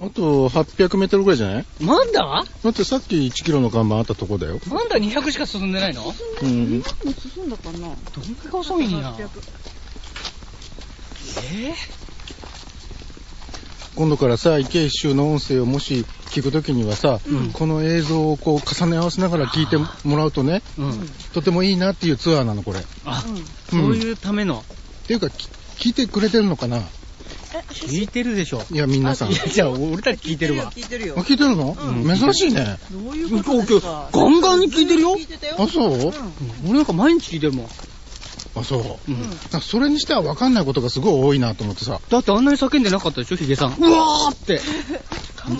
あと800メートルぐらいじゃないまだだってさっき1キロの看板あったとこだよ。まだ200しか進んでないのどんだうん。もう進んだかなけ遅いんや。 800え今度からさ、池一周の音声をもし聞くときにはさ、うんこの映像をこう重ね合わせながら聞いてもらうとね、ーうん。とてもいいなっていうツアーなの、これ。っあ、うんそういうための、ていうか、き聞いてくれてるのかなえ、写聞いてるでしょ。いや、皆さん。いあや、じゃあ俺たち聞いてるわ。聞いてるよ。聞いてるの、うん珍しいね。どういううこんとですかガンガンに聞いてるよ聞い。てたよ。あ、そう、俺なんか毎日聞いてるもん。あ、そう。うん。なんかそれにしては分かんないことがすごい多いなと思ってさ、だってあんなに叫んでなかったでしょ、ヒゲさん。うわーって、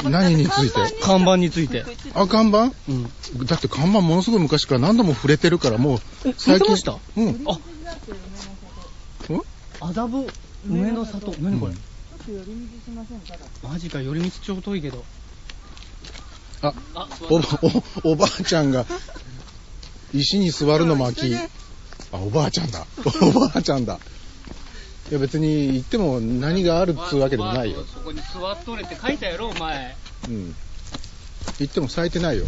何について。看板について。あ、看板うん。だって看板ものすごい昔から何度も触れてるから、もう、え、聞いてましたうん。あ、麻布梅の里。何これ、マジか、寄り道超遠いけど。あ、あ、おば、お、おばあちゃんが、石に座るの巻き。あ、おばあちゃんだ。 おばあちゃんだ。いや別に行っても何があるっつうわけでもないよ。そこに座っとれって書いたやろ、お前。うん。行っても咲いてないよ。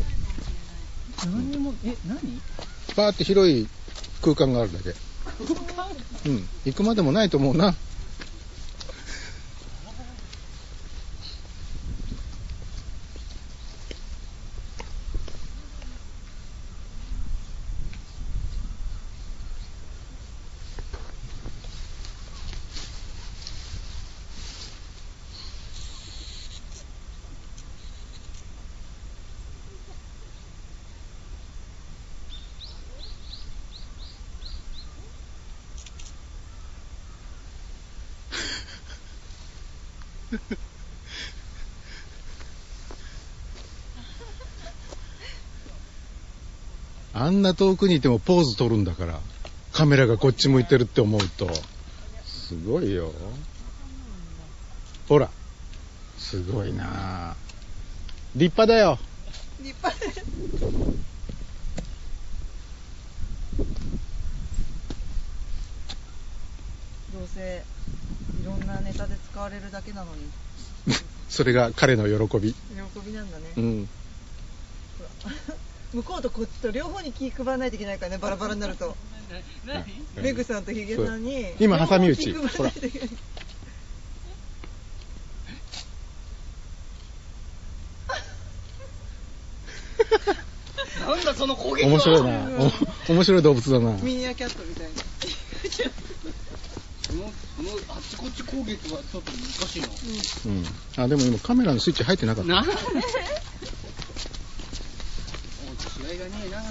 何も、え、何バーって広い空間があるだけ。うん。行くまでもないと思うな。あんな遠くにいてもポーズ取るんだから。カメラがこっち向いてるって思うと。すごいよ。ほら。すごいなあ立派だよ。立派でどうせ、いろんなネタで使われるだけなのに、それが彼の喜び。喜びなんだね。うん。向こうとこっちと両方に気配らないといけないからね、バラバラになると。メグさんとヒゲさんに。今挟み撃ち両方気配らないといけないなんだその攻撃は面白いなお面白い動物だな。ミニアキャットみたいな。その、その、あっちこっち攻撃はちょっと難しいうな。ん。あ、でも今カメラのスイッチ入ってなかった。なんでお違いがねえな。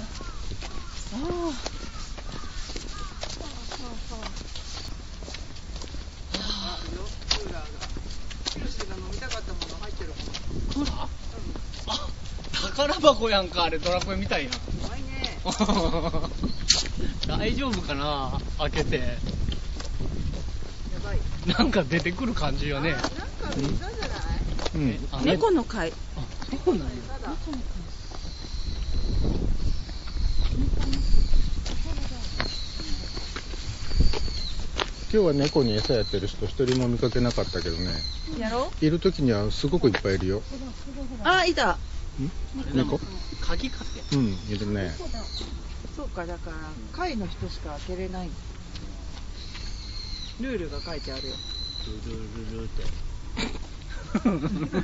飲みたかったもの入ってるコーラあ、宝箱やんか、あれドラクエみたいやん。怖いね。大丈夫かな開けて。やばい。なんか出てくる感じよね。なんか見たじゃないうん。あ猫の会あ、そうなんや。今日は猫に餌やってる人一人も見かけなかったけどね。やろいる時にはすごくいっぱいいるよ。あいた猫鍵買って。うん、いるね。そうか、だから、会の人しか開けれない。ルールが書いてあるよ。ルルルルって。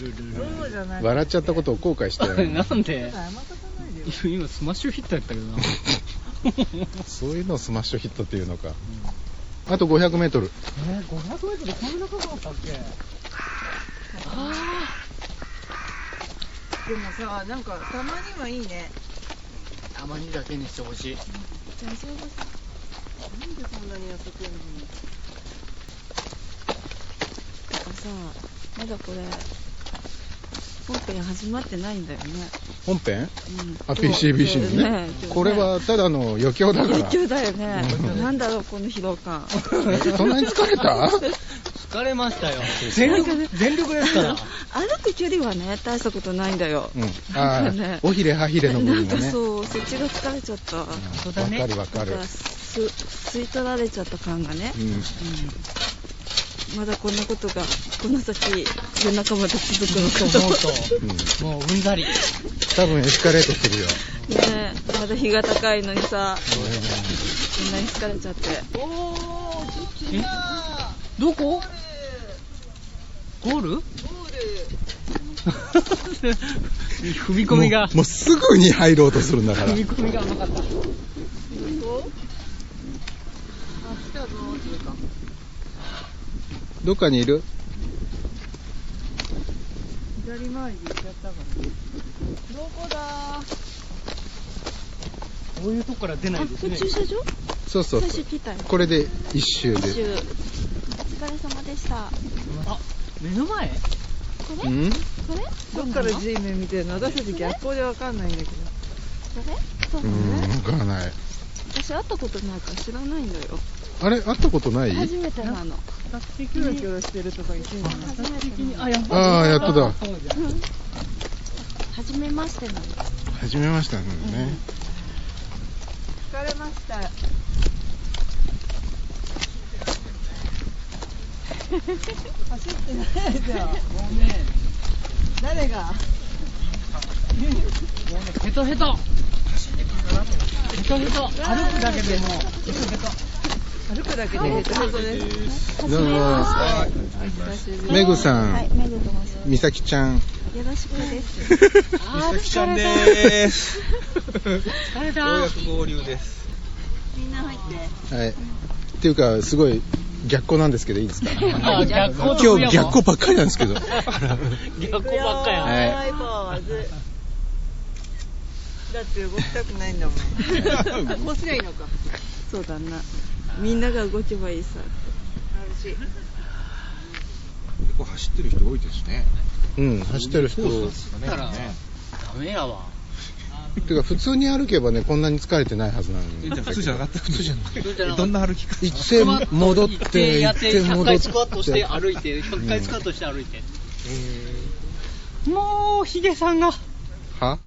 ルルルそうじゃない。笑っちゃったことを後悔したよ、 ル。なんで謝っとかないでよ。今スマッシュヒットやったけどな。そういうのをスマッシュヒットっていうのか。あと500メートル。えー、500メートルこんな高かったっけでもさ、なんか、たまにはいいね。たまにだけにしてほしい。なんでそんなに痩せてんのに。あさまだこれ本編始まってないんだよね、本編うん、あ、PCBC のね。これはただの余興だか影ら。響だよねなんだろうこの疲労感そんなに疲れた疲れましたよ。全力、全力ですから。歩く距離はね大したことないんだよ、うん。ああ、おひれはひれの部なん分がかね。そうそっちが疲れちゃった、そうわだねかるわかなんるか。す吸い取られちゃった感がねうん。まだこんなことがこの先夜中まで続くのかと思とうんうと、もううんざり。多分エスカレートするよ。ねえまだ日が高いのにさこんなに疲れちゃっておー、ちょっとえどこゴールゴール。踏み込みがもう、もうすぐに入ろうとするんだから踏。み込みが甘かった。あっちからどうするか。どっかにいる左回りで行っちゃったから。どこだーこういうとこから出なあいですこねれ。駐車場そうそう最そ終う。来たよこれで一周一周で。お疲れ様でしたあ、目の前これ、うんこれどっからこれ G メン見てるの私たち逆光でわかんないんだけど。そううなのん、わからない。私会ったことないから知らないんだよあれ、会ったことない初めてなのキョロキョロしてるとか言ってんの初めてなのあ、やっああ、やっとだ。初めましてなの始めましたね。疲れま した。走ってないじゃん。もうね、誰がもうね、ヘトヘトヘトヘト歩くだけでもう、ヘトヘト歩くだけでヘトヘトです。どうも、メグさん、はいメグと申しま美咲ちゃん。すよろしくですあー、疲れでーす。た疲れようやたく合流です。みんな入ってはい。っていうか、すごい逆光なんですけど、いいですかあー逆光今日逆光ばっかりなんですけど。逆光ばっかや。はいはい、ポーズ。だって動きたくないんだも ん。こうすりゃいいのか。そうだなみんなが動けばいいさ嬉しい。結構走ってる人多いですね。うん、走ってる人。そうっですね。だからダメやわ。ていうか、普通に歩けばね、こんなに疲れてないはずなのに。普通じゃなかった。普通じゃなか普通じゃなかったった。どんな歩き方行って戻って行やって100戻っ回てスクワットして歩いて、100回スクワットして歩いて。えーもう、ヒゲさんが。は